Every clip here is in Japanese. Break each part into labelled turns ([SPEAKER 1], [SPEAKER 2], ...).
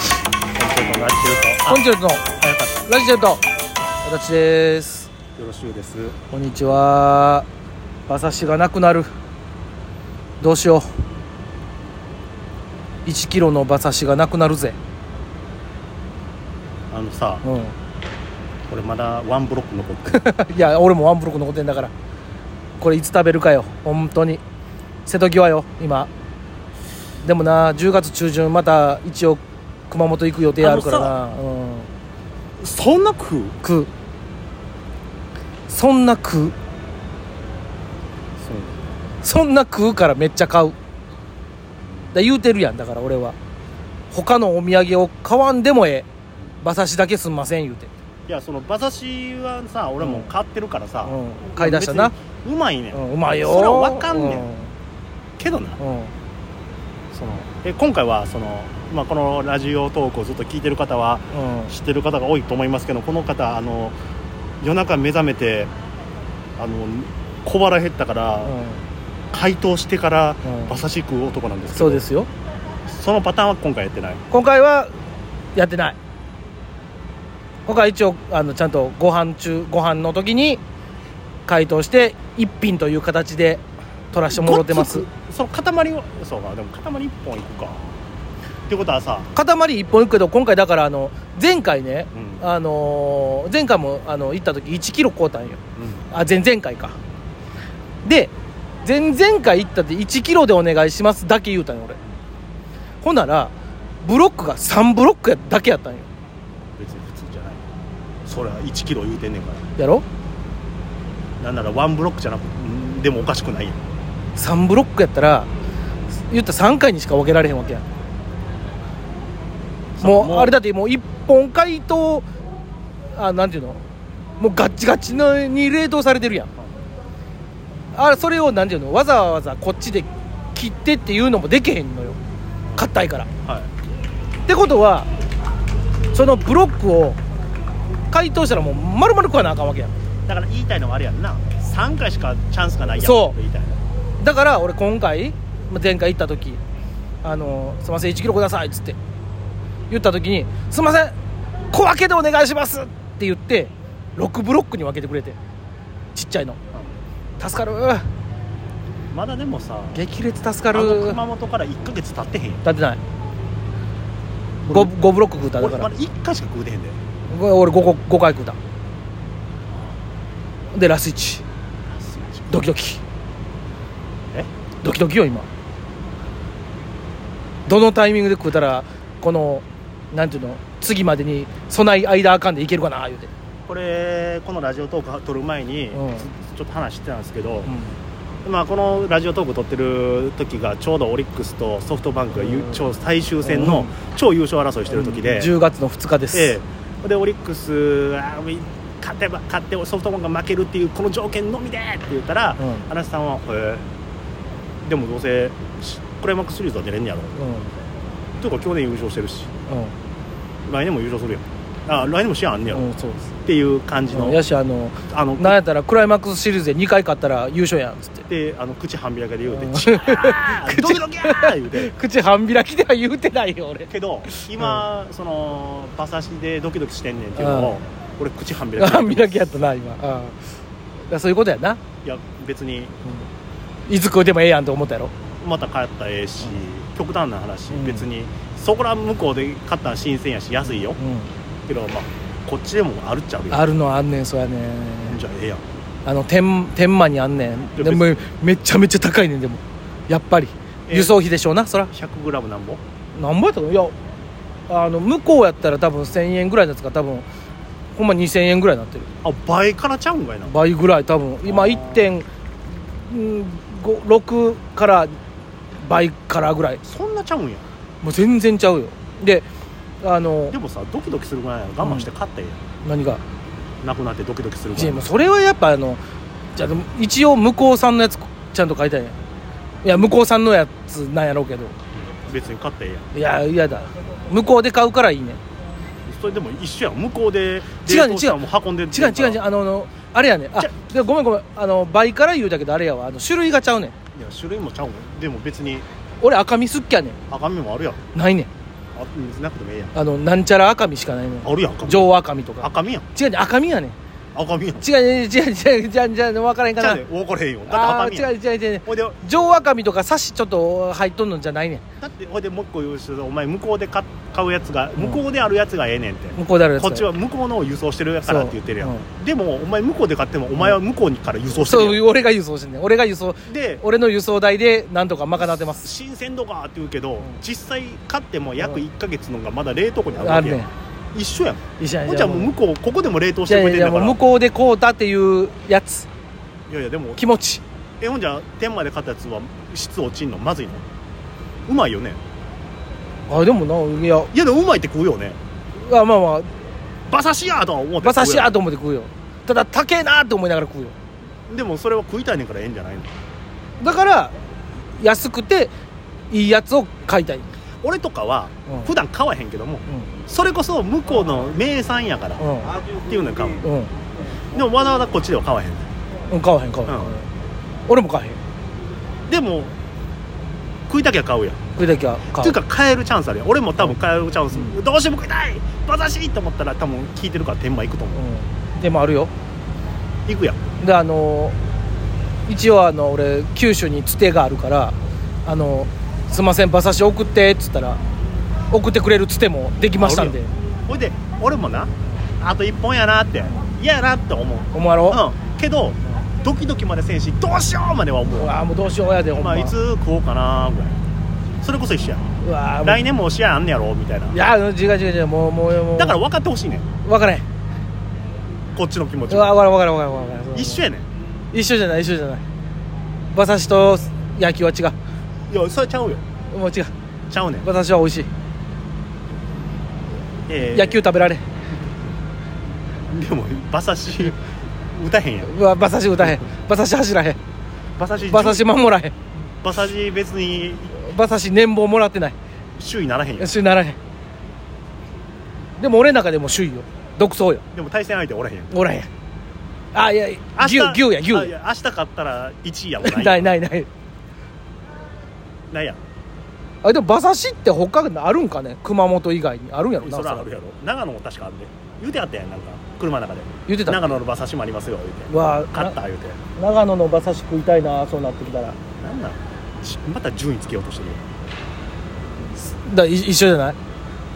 [SPEAKER 1] ェルトのラジェルト
[SPEAKER 2] コンチェルトの
[SPEAKER 1] あ早かっ
[SPEAKER 2] ラジチェルト私です
[SPEAKER 1] たよろしいです
[SPEAKER 2] こんにちは馬刺しがなくなるどうしよう1キロの馬刺しがなくなるぜ
[SPEAKER 1] あのさ
[SPEAKER 2] うん
[SPEAKER 1] 俺まだワンブロック残ってる
[SPEAKER 2] いや俺もワンブロック残ってんだからこれいつ食べるかよ本当に瀬戸際よ今でもな10月中旬また一応熊本行く予定あるからな、うん、
[SPEAKER 1] そんな食う
[SPEAKER 2] 食うそんな食う
[SPEAKER 1] そう
[SPEAKER 2] そんな食うからめっちゃ買うだ言うてるやんだから俺は他のお土産を買わんでもええ馬刺しだけすんません言うて、
[SPEAKER 1] いやその馬刺しはさ俺もう買ってるからさ、
[SPEAKER 2] うん、買い出したな、
[SPEAKER 1] 別にうまいねん、
[SPEAKER 2] うん、うまいよ
[SPEAKER 1] それは分かんねん、けどな
[SPEAKER 2] うん、うん
[SPEAKER 1] そのえ今回はその、まあ、このラジオトークをずっと聞いてる方は
[SPEAKER 2] うん
[SPEAKER 1] 知ってる方が多いと思いますけどこの方あの夜中目覚めてあの小腹減ったから、解凍してから
[SPEAKER 2] うん
[SPEAKER 1] 馬刺し食う男なんですけど、
[SPEAKER 2] そうですよ
[SPEAKER 1] そのパターンは今回やってない
[SPEAKER 2] 今回はやってない今回は一応あのちゃんとご飯中ご飯の時に解凍して一品という形で取らしてもろてます
[SPEAKER 1] ごっつくその塊をそうかでも塊1本いくかってことはさ、
[SPEAKER 2] 塊1本いくけど今回だからあの前回ね
[SPEAKER 1] うんうん
[SPEAKER 2] あのー前回もあの行った時1キロ買うたんよあ前々回かで前々回行ったって1キロでお願いしますだけ言うたんよ俺ほんならブロックが3ブロックやだけやったんよ
[SPEAKER 1] 別に普通じゃないそれは1キロ言うてんねんか
[SPEAKER 2] やろ
[SPEAKER 1] らなんならワンブロックじゃなくうんでもおかしくないやん
[SPEAKER 2] 3ブロックやったら言ったら3回にしか分けられへんわけやもうあれだってもう1本解凍あなんていうのもうガッチガチのに冷凍されてるやんあそれをなんていうのわざわざこっちで切ってっていうのもできへんのよ硬いからっ
[SPEAKER 1] はい
[SPEAKER 2] てことはそのブロックを解凍したらもう丸々食わなあかんわけやん
[SPEAKER 1] だから言いたいのはあれやんな3回しかチャンスがないやん
[SPEAKER 2] そう
[SPEAKER 1] 言いたいの
[SPEAKER 2] だから俺今回まあ前回行った時「あのすいません1キロください」っつって言った時に「すいません小分けでお願いします」って言って6ブロックに分けてくれてちっちゃいの助かる
[SPEAKER 1] まだでもさ
[SPEAKER 2] 激烈助か
[SPEAKER 1] あの
[SPEAKER 2] る
[SPEAKER 1] 熊本から1ヶ月経ってへんやん
[SPEAKER 2] 立てない 5, 五ブロック食うただ
[SPEAKER 1] 俺
[SPEAKER 2] か
[SPEAKER 1] ま
[SPEAKER 2] ら
[SPEAKER 1] だ1回しか食うてへんで
[SPEAKER 2] 俺俺 5, 五回食うたでラス1ドキドキ
[SPEAKER 1] え
[SPEAKER 2] ドキドキよ今どのタイミングで食うたらこのなんていうの次までに備え間あかんでいけるかな言うて、
[SPEAKER 1] これこのラジオトーク撮る前に、
[SPEAKER 2] うん
[SPEAKER 1] ちょっと話してたんですけど、
[SPEAKER 2] う
[SPEAKER 1] まあ、このラジオトーク撮ってる時がちょうどオリックスとソフトバンクが優
[SPEAKER 2] うん
[SPEAKER 1] 超最終戦の超優勝争いしてる時で、
[SPEAKER 2] 10月の2日です、
[SPEAKER 1] ええでオリックスあー勝てば勝ってソフトバンクが負けるっていうこの条件のみでって言ったら、
[SPEAKER 2] うん
[SPEAKER 1] 荒瀬さんは「へえでもどうせしクライマックスシリーズは出れんねやろ」というか去年優勝してるし
[SPEAKER 2] う
[SPEAKER 1] 来年も優勝するやんあ来年も試合あんねや
[SPEAKER 2] んう
[SPEAKER 1] ろ
[SPEAKER 2] ん、うん、そうです
[SPEAKER 1] っていう感じの,、
[SPEAKER 2] うんやしあの
[SPEAKER 1] あの
[SPEAKER 2] なんやったらクライマックスシリーズで2回勝ったら優勝やんっつって
[SPEAKER 1] であの口半開けで言うて「
[SPEAKER 2] うん
[SPEAKER 1] チャ ードキドキやー!」言うて
[SPEAKER 2] 口半開きでは言うてないよ俺
[SPEAKER 1] けど今、その馬刺しでドキドキしてんねんっていうのを、
[SPEAKER 2] うん
[SPEAKER 1] 俺口半開き
[SPEAKER 2] 半開きやったな今うんだからそういうことやな、
[SPEAKER 1] いや別に
[SPEAKER 2] うん、いつ食うてもええやんと思ったやろ
[SPEAKER 1] また帰ったらええし、極端な話、
[SPEAKER 2] うん
[SPEAKER 1] 別にそこら向こうで買ったら新鮮やし安いよ
[SPEAKER 2] う
[SPEAKER 1] けどまあこっちでもあるっちゃある
[SPEAKER 2] ん
[SPEAKER 1] よ
[SPEAKER 2] あるのあんねんそうやねん
[SPEAKER 1] じゃあええやん
[SPEAKER 2] あの天天満にあんねん
[SPEAKER 1] いや
[SPEAKER 2] でもめちゃめちゃ高いねんでもやっぱり
[SPEAKER 1] えー
[SPEAKER 2] 輸送費でしょうなそら
[SPEAKER 1] 100g なんぼ
[SPEAKER 2] 何倍やったのいやあの向こうやったら多分1000円ぐらいのやつが多分ほんま2000円ぐらいになってる
[SPEAKER 1] あ倍からちゃうんかいな
[SPEAKER 2] 倍ぐらい多分今
[SPEAKER 1] あー
[SPEAKER 2] 1.6から倍からぐらい
[SPEAKER 1] そんなちゃうんや
[SPEAKER 2] もう全然ちゃうよであの
[SPEAKER 1] でもさドキドキするぐらいなら我慢して買ったらええやん、
[SPEAKER 2] 何が
[SPEAKER 1] なくなってドキドキするぐ
[SPEAKER 2] い
[SPEAKER 1] ら
[SPEAKER 2] や
[SPEAKER 1] い
[SPEAKER 2] もう
[SPEAKER 1] な
[SPEAKER 2] それはやっぱあのじゃあでも一応向こうさんのやつちゃんと買いたいねんいや向こうさんのやつなんやろうけど
[SPEAKER 1] 別に買ったらええやん
[SPEAKER 2] いや嫌だ向こうで買うからいいね
[SPEAKER 1] それでも一緒やん向こうで
[SPEAKER 2] 違
[SPEAKER 1] 冷
[SPEAKER 2] うね
[SPEAKER 1] 凍したらもう運んでんねん
[SPEAKER 2] 違う
[SPEAKER 1] から
[SPEAKER 2] 違う違うあのあのあれやねんあ
[SPEAKER 1] じゃ
[SPEAKER 2] でごめんごめんあの倍から言うだけどあれやわあの種類がちゃうねん
[SPEAKER 1] いや種類もちゃうんでも別に
[SPEAKER 2] 俺赤身好っきやね
[SPEAKER 1] 赤身もあるやろ
[SPEAKER 2] んないねん
[SPEAKER 1] あうんなくてもええやん
[SPEAKER 2] あのなんちゃら赤身しかないのよ
[SPEAKER 1] あるやん赤身
[SPEAKER 2] 上赤身とか
[SPEAKER 1] 赤身やん
[SPEAKER 2] 違うね赤身やねん
[SPEAKER 1] 赤身やん
[SPEAKER 2] 違うね違う違う違う違う違う分からへんか
[SPEAKER 1] じゃ
[SPEAKER 2] な
[SPEAKER 1] あね分からへんよだって
[SPEAKER 2] ああ
[SPEAKER 1] 赤身や
[SPEAKER 2] ー
[SPEAKER 1] ん
[SPEAKER 2] 違う違う違う違う
[SPEAKER 1] ほいで
[SPEAKER 2] 上赤身とかサシちょっと入っとんのじゃないねん
[SPEAKER 1] だってほいでもう一個言うしお前向こうで買買うやつが向こうであるやつがええねんって、
[SPEAKER 2] 向こうであるやつ
[SPEAKER 1] こっちは向こうのを輸送してるからって言ってるやん、
[SPEAKER 2] そう
[SPEAKER 1] でもお前向こうで買ってもお前は向こうにから輸送してる
[SPEAKER 2] そ
[SPEAKER 1] やん、
[SPEAKER 2] う俺が輸送してんねん俺が輸送
[SPEAKER 1] で
[SPEAKER 2] 俺の輸送代でなんとか賄ってます
[SPEAKER 1] 新鮮度がーって言うけど、
[SPEAKER 2] ん
[SPEAKER 1] 実際買っても約1か月のがまだ冷凍庫にある
[SPEAKER 2] あ
[SPEAKER 1] わ
[SPEAKER 2] る
[SPEAKER 1] けや
[SPEAKER 2] ね
[SPEAKER 1] ん、
[SPEAKER 2] ん
[SPEAKER 1] 一緒やん
[SPEAKER 2] いやいや
[SPEAKER 1] ほんじゃあもう向こうここでも冷凍し
[SPEAKER 2] いや
[SPEAKER 1] てくれ
[SPEAKER 2] いや
[SPEAKER 1] て
[SPEAKER 2] い
[SPEAKER 1] ん
[SPEAKER 2] や
[SPEAKER 1] だ
[SPEAKER 2] も
[SPEAKER 1] か
[SPEAKER 2] う
[SPEAKER 1] らいや
[SPEAKER 2] 向こうでこうだっていうやつ
[SPEAKER 1] いやでも
[SPEAKER 2] 気持ち
[SPEAKER 1] えほんじゃ天まで買ったやつは質落ちんのまずいのうまいよね
[SPEAKER 2] あでもないや
[SPEAKER 1] いやでもうまいって食うよね
[SPEAKER 2] あまあまあ
[SPEAKER 1] 馬刺しやーとは思って
[SPEAKER 2] 馬刺しや
[SPEAKER 1] と
[SPEAKER 2] と思って食うよただ高えなと思いながら食うよ
[SPEAKER 1] でもそれは食いたいねんからええんじゃないの
[SPEAKER 2] だから安くていいやつを買いたい、
[SPEAKER 1] 俺とかは
[SPEAKER 2] うん
[SPEAKER 1] 普段買わへんけども
[SPEAKER 2] う
[SPEAKER 1] それこそ向こうの名産やからっ
[SPEAKER 2] ん
[SPEAKER 1] ていうのかも
[SPEAKER 2] うん
[SPEAKER 1] でもわざわざこっちでは買わへん
[SPEAKER 2] うん買わへん買わへん、
[SPEAKER 1] うん
[SPEAKER 2] 俺も買わへん
[SPEAKER 1] でも食いたきゃ買うやん
[SPEAKER 2] 食いだけは買う
[SPEAKER 1] っていうか買えるチャンスあるやん俺も多分買えるチャンス、どうしても食いたい馬刺しと思ったら多分聞いてるから天満行くと思う
[SPEAKER 2] うん、でもあるよ
[SPEAKER 1] 行くやん
[SPEAKER 2] であの一応あの俺九州につてがあるから「あのすいません馬刺し送って」っつったら送ってくれるつてもできましたんで
[SPEAKER 1] あるほいで俺もなあと1本やなって嫌やなって思う
[SPEAKER 2] 思わろう、
[SPEAKER 1] うんけどドキドキまでせんしどうしようまでは思
[SPEAKER 2] う
[SPEAKER 1] う
[SPEAKER 2] わーもうどうしようやでほん
[SPEAKER 1] ま
[SPEAKER 2] ま、
[SPEAKER 1] あいつ食おうかなぐらいそれこそ一緒やん
[SPEAKER 2] うわーもう
[SPEAKER 1] 来年もおしやあんねやろみたいない
[SPEAKER 2] やー違う違う違うもうもうもう
[SPEAKER 1] だから分かってほしいねん
[SPEAKER 2] 分からへん
[SPEAKER 1] こっちの気持ち
[SPEAKER 2] うわ
[SPEAKER 1] も
[SPEAKER 2] 分からん分からん分からん分からん
[SPEAKER 1] 一緒やねん
[SPEAKER 2] 一緒じゃない一緒じゃない馬刺しと野球は違
[SPEAKER 1] いやそれちゃうよ
[SPEAKER 2] うもう違う
[SPEAKER 1] ちゃうねん、
[SPEAKER 2] 馬刺しは美味しい、
[SPEAKER 1] えー
[SPEAKER 2] 野球食べられん
[SPEAKER 1] でも馬刺し打たへんやん
[SPEAKER 2] うわ馬刺し打たへん馬刺し走らへん
[SPEAKER 1] 馬刺し
[SPEAKER 2] 馬刺し守らへん
[SPEAKER 1] 馬刺し別に
[SPEAKER 2] 馬刺し年俸もらってない
[SPEAKER 1] 首位ならへんやん
[SPEAKER 2] 首位ならへんでも俺の中でも首位よ独走よ
[SPEAKER 1] でも対戦相手おらへんやん
[SPEAKER 2] おらへんあいや牛牛や牛
[SPEAKER 1] あい
[SPEAKER 2] や
[SPEAKER 1] や明日勝ったら1位やもんない
[SPEAKER 2] ない
[SPEAKER 1] い
[SPEAKER 2] ないない
[SPEAKER 1] ないやん
[SPEAKER 2] あでも馬刺しって他にあるんかね熊本以外にあるんやろな
[SPEAKER 1] そらあるやろ長野も確かあるで言うてあったやんなんか車の中で
[SPEAKER 2] 言ってた
[SPEAKER 1] 長野の馬刺しもありますよ言うて
[SPEAKER 2] わあ
[SPEAKER 1] 勝った言うて
[SPEAKER 2] 長野の馬刺し食いたいなそうなってきたらだか
[SPEAKER 1] なんなんしまた順位つけようとしてるよ
[SPEAKER 2] らい一緒じゃない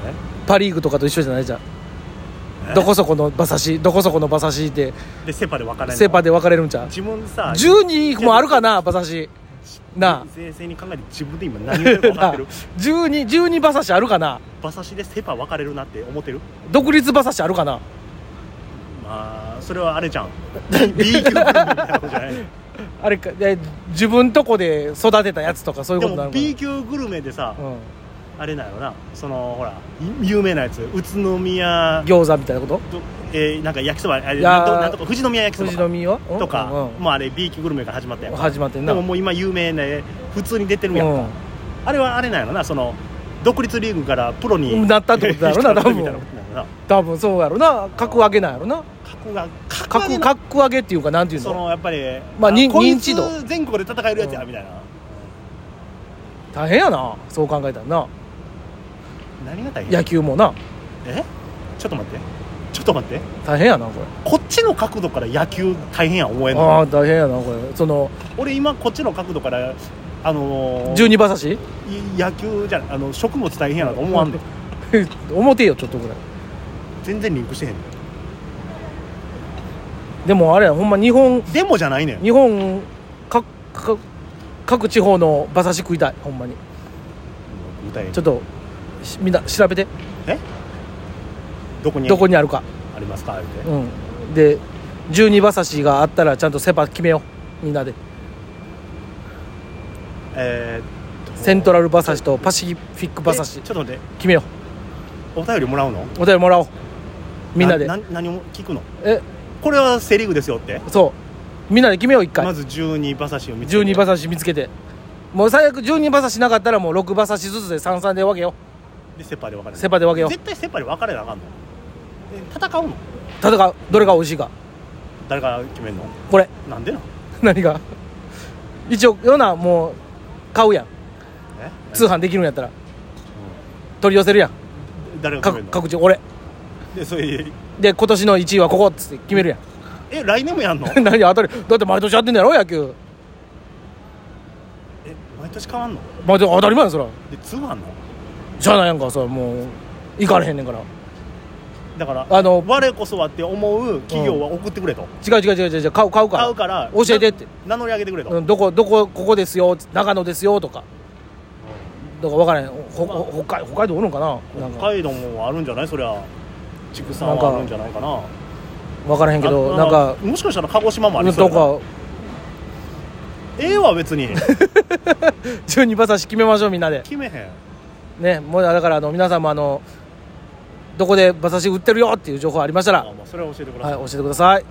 [SPEAKER 1] え
[SPEAKER 2] パ・リーグとかと一緒じゃないじゃん
[SPEAKER 1] え
[SPEAKER 2] どこそこの馬刺しどこそこの馬刺しって
[SPEAKER 1] でセパで分からない
[SPEAKER 2] セ・パで分かれるんちゃう
[SPEAKER 1] 自分さ
[SPEAKER 2] 12もあるかな馬刺しな
[SPEAKER 1] 冷静に考えて自分で今何言ってるか分か ってる
[SPEAKER 2] 12, 12馬刺しあるかな
[SPEAKER 1] 馬刺しでセパ分かれるなって思ってる
[SPEAKER 2] 独立馬刺しあるかな
[SPEAKER 1] まあそれはあれじ ゃん B 級みたいなことじゃない
[SPEAKER 2] あれかで自分とこで育てたやつとかそういう
[SPEAKER 1] で
[SPEAKER 2] ことにな
[SPEAKER 1] も
[SPEAKER 2] るかな
[SPEAKER 1] B 級グルメでさ、
[SPEAKER 2] うん、
[SPEAKER 1] あれなよなそのほらい有名なやつ宇都宮
[SPEAKER 2] 餃子みたいなこと
[SPEAKER 1] どえーなんか焼きそばあれ
[SPEAKER 2] いやー
[SPEAKER 1] どなんとか富士宮焼きそば
[SPEAKER 2] 富士
[SPEAKER 1] か
[SPEAKER 2] 宮は
[SPEAKER 1] とか、
[SPEAKER 2] うんうん
[SPEAKER 1] もうあれ B 級グルメから始まったやんか
[SPEAKER 2] 始まってん
[SPEAKER 1] で
[SPEAKER 2] な
[SPEAKER 1] ももう今有名な普通に出てるやんか、
[SPEAKER 2] う
[SPEAKER 1] あれはあれなんやろなその独立リーグからプロに
[SPEAKER 2] んなったってことだろうな
[SPEAKER 1] 人
[SPEAKER 2] 多
[SPEAKER 1] になったみ
[SPEAKER 2] 分
[SPEAKER 1] たいなことなんやろな
[SPEAKER 2] 多分そうやろな格上げなんやろな
[SPEAKER 1] 格が格上げ
[SPEAKER 2] 格
[SPEAKER 1] な
[SPEAKER 2] 格上げっていうかなんていう
[SPEAKER 1] そ
[SPEAKER 2] の
[SPEAKER 1] のやっぱり、
[SPEAKER 2] まあに
[SPEAKER 1] こいつ
[SPEAKER 2] 認知度
[SPEAKER 1] 全国で戦えるやつや、
[SPEAKER 2] うん
[SPEAKER 1] みたいな
[SPEAKER 2] 大変やなそう考えたらな
[SPEAKER 1] 何が大変
[SPEAKER 2] 野球もな
[SPEAKER 1] えちょっと待ってちょっと待って
[SPEAKER 2] 大変やなこれ
[SPEAKER 1] こっちの角度から野球大変や思えん
[SPEAKER 2] あ
[SPEAKER 1] の
[SPEAKER 2] あ大変やなこれその
[SPEAKER 1] 俺今こっちの角度からあのー
[SPEAKER 2] 12馬刺し
[SPEAKER 1] い野球じゃないあの食物大変やなと思わんで、
[SPEAKER 2] 表よちょっとぐらい
[SPEAKER 1] 全然リンクしてへんね
[SPEAKER 2] でもあれやほんま日本
[SPEAKER 1] んでもじゃないねん
[SPEAKER 2] 日本各各各地方の馬刺し食いたいほんまに
[SPEAKER 1] 歌え
[SPEAKER 2] ちょっとしみんな調べて
[SPEAKER 1] どこに
[SPEAKER 2] どこにあるか
[SPEAKER 1] ありますか言うて
[SPEAKER 2] うんで12馬刺しがあったらちゃんとセパ決めようみんなで
[SPEAKER 1] えーっと
[SPEAKER 2] セントラル馬刺しとパシフィック馬刺し
[SPEAKER 1] えちょっと待って
[SPEAKER 2] 決めよ
[SPEAKER 1] お便りもらうの
[SPEAKER 2] うお便りもらおうみんなで
[SPEAKER 1] な何を聞くの
[SPEAKER 2] え
[SPEAKER 1] これはセ・リーグですよって
[SPEAKER 2] そうみんなで決めよう一回
[SPEAKER 1] まず12馬刺しを見つけて
[SPEAKER 2] 12馬刺し見つけてもう最悪12馬刺しなかったらもう6馬刺しずつで33で分けよ
[SPEAKER 1] でセ・パで分かれ
[SPEAKER 2] う
[SPEAKER 1] る
[SPEAKER 2] セパで分けよう
[SPEAKER 1] 絶対セ・パで分かれなあかんのえ戦うの
[SPEAKER 2] 戦うどれが美味しいか
[SPEAKER 1] 誰が決めんの
[SPEAKER 2] これ
[SPEAKER 1] なんでなん
[SPEAKER 2] 何が一応よなもう買うやん
[SPEAKER 1] え
[SPEAKER 2] 通販できるんやったら取り寄せるやん
[SPEAKER 1] 誰が
[SPEAKER 2] 各
[SPEAKER 1] 決めるの
[SPEAKER 2] 各自俺
[SPEAKER 1] でそれ
[SPEAKER 2] で今年の1位はここっつって決めるやん
[SPEAKER 1] え来年もやんの
[SPEAKER 2] 何当たりだって毎年やってんだろ野球
[SPEAKER 1] え毎年変わんの
[SPEAKER 2] 毎年当たり前やんそら
[SPEAKER 1] でつまんの
[SPEAKER 2] じゃないやんかそれもう行かれへんねんから
[SPEAKER 1] だから
[SPEAKER 2] あの
[SPEAKER 1] 我こそはって思う企業は送ってくれと、
[SPEAKER 2] 違う違う違う違う違う買う買うから
[SPEAKER 1] 買うから
[SPEAKER 2] 教えてって
[SPEAKER 1] 名乗り上げてくれと、
[SPEAKER 2] うんどこどこここですよ長野ですよとかだから分からへんほほ北海北海道おるんかななん
[SPEAKER 1] 北
[SPEAKER 2] か
[SPEAKER 1] 海道もあるんじゃないそりゃ畜産
[SPEAKER 2] なんか
[SPEAKER 1] はあるんじゃないかな
[SPEAKER 2] 分からへんけど
[SPEAKER 1] あ
[SPEAKER 2] なんか
[SPEAKER 1] もしかしたら鹿児島もあ
[SPEAKER 2] う
[SPEAKER 1] り
[SPEAKER 2] ん
[SPEAKER 1] そう
[SPEAKER 2] と
[SPEAKER 1] やな
[SPEAKER 2] か
[SPEAKER 1] ええわ別に
[SPEAKER 2] 12馬刺し決めましょうみんなで
[SPEAKER 1] 決めへん
[SPEAKER 2] ねもうだからあの皆さんもあのどこで馬刺し売ってるよっていう情報ありましたら
[SPEAKER 1] あ、まあ、それは教えてくだ
[SPEAKER 2] は
[SPEAKER 1] さい、
[SPEAKER 2] い、教えてください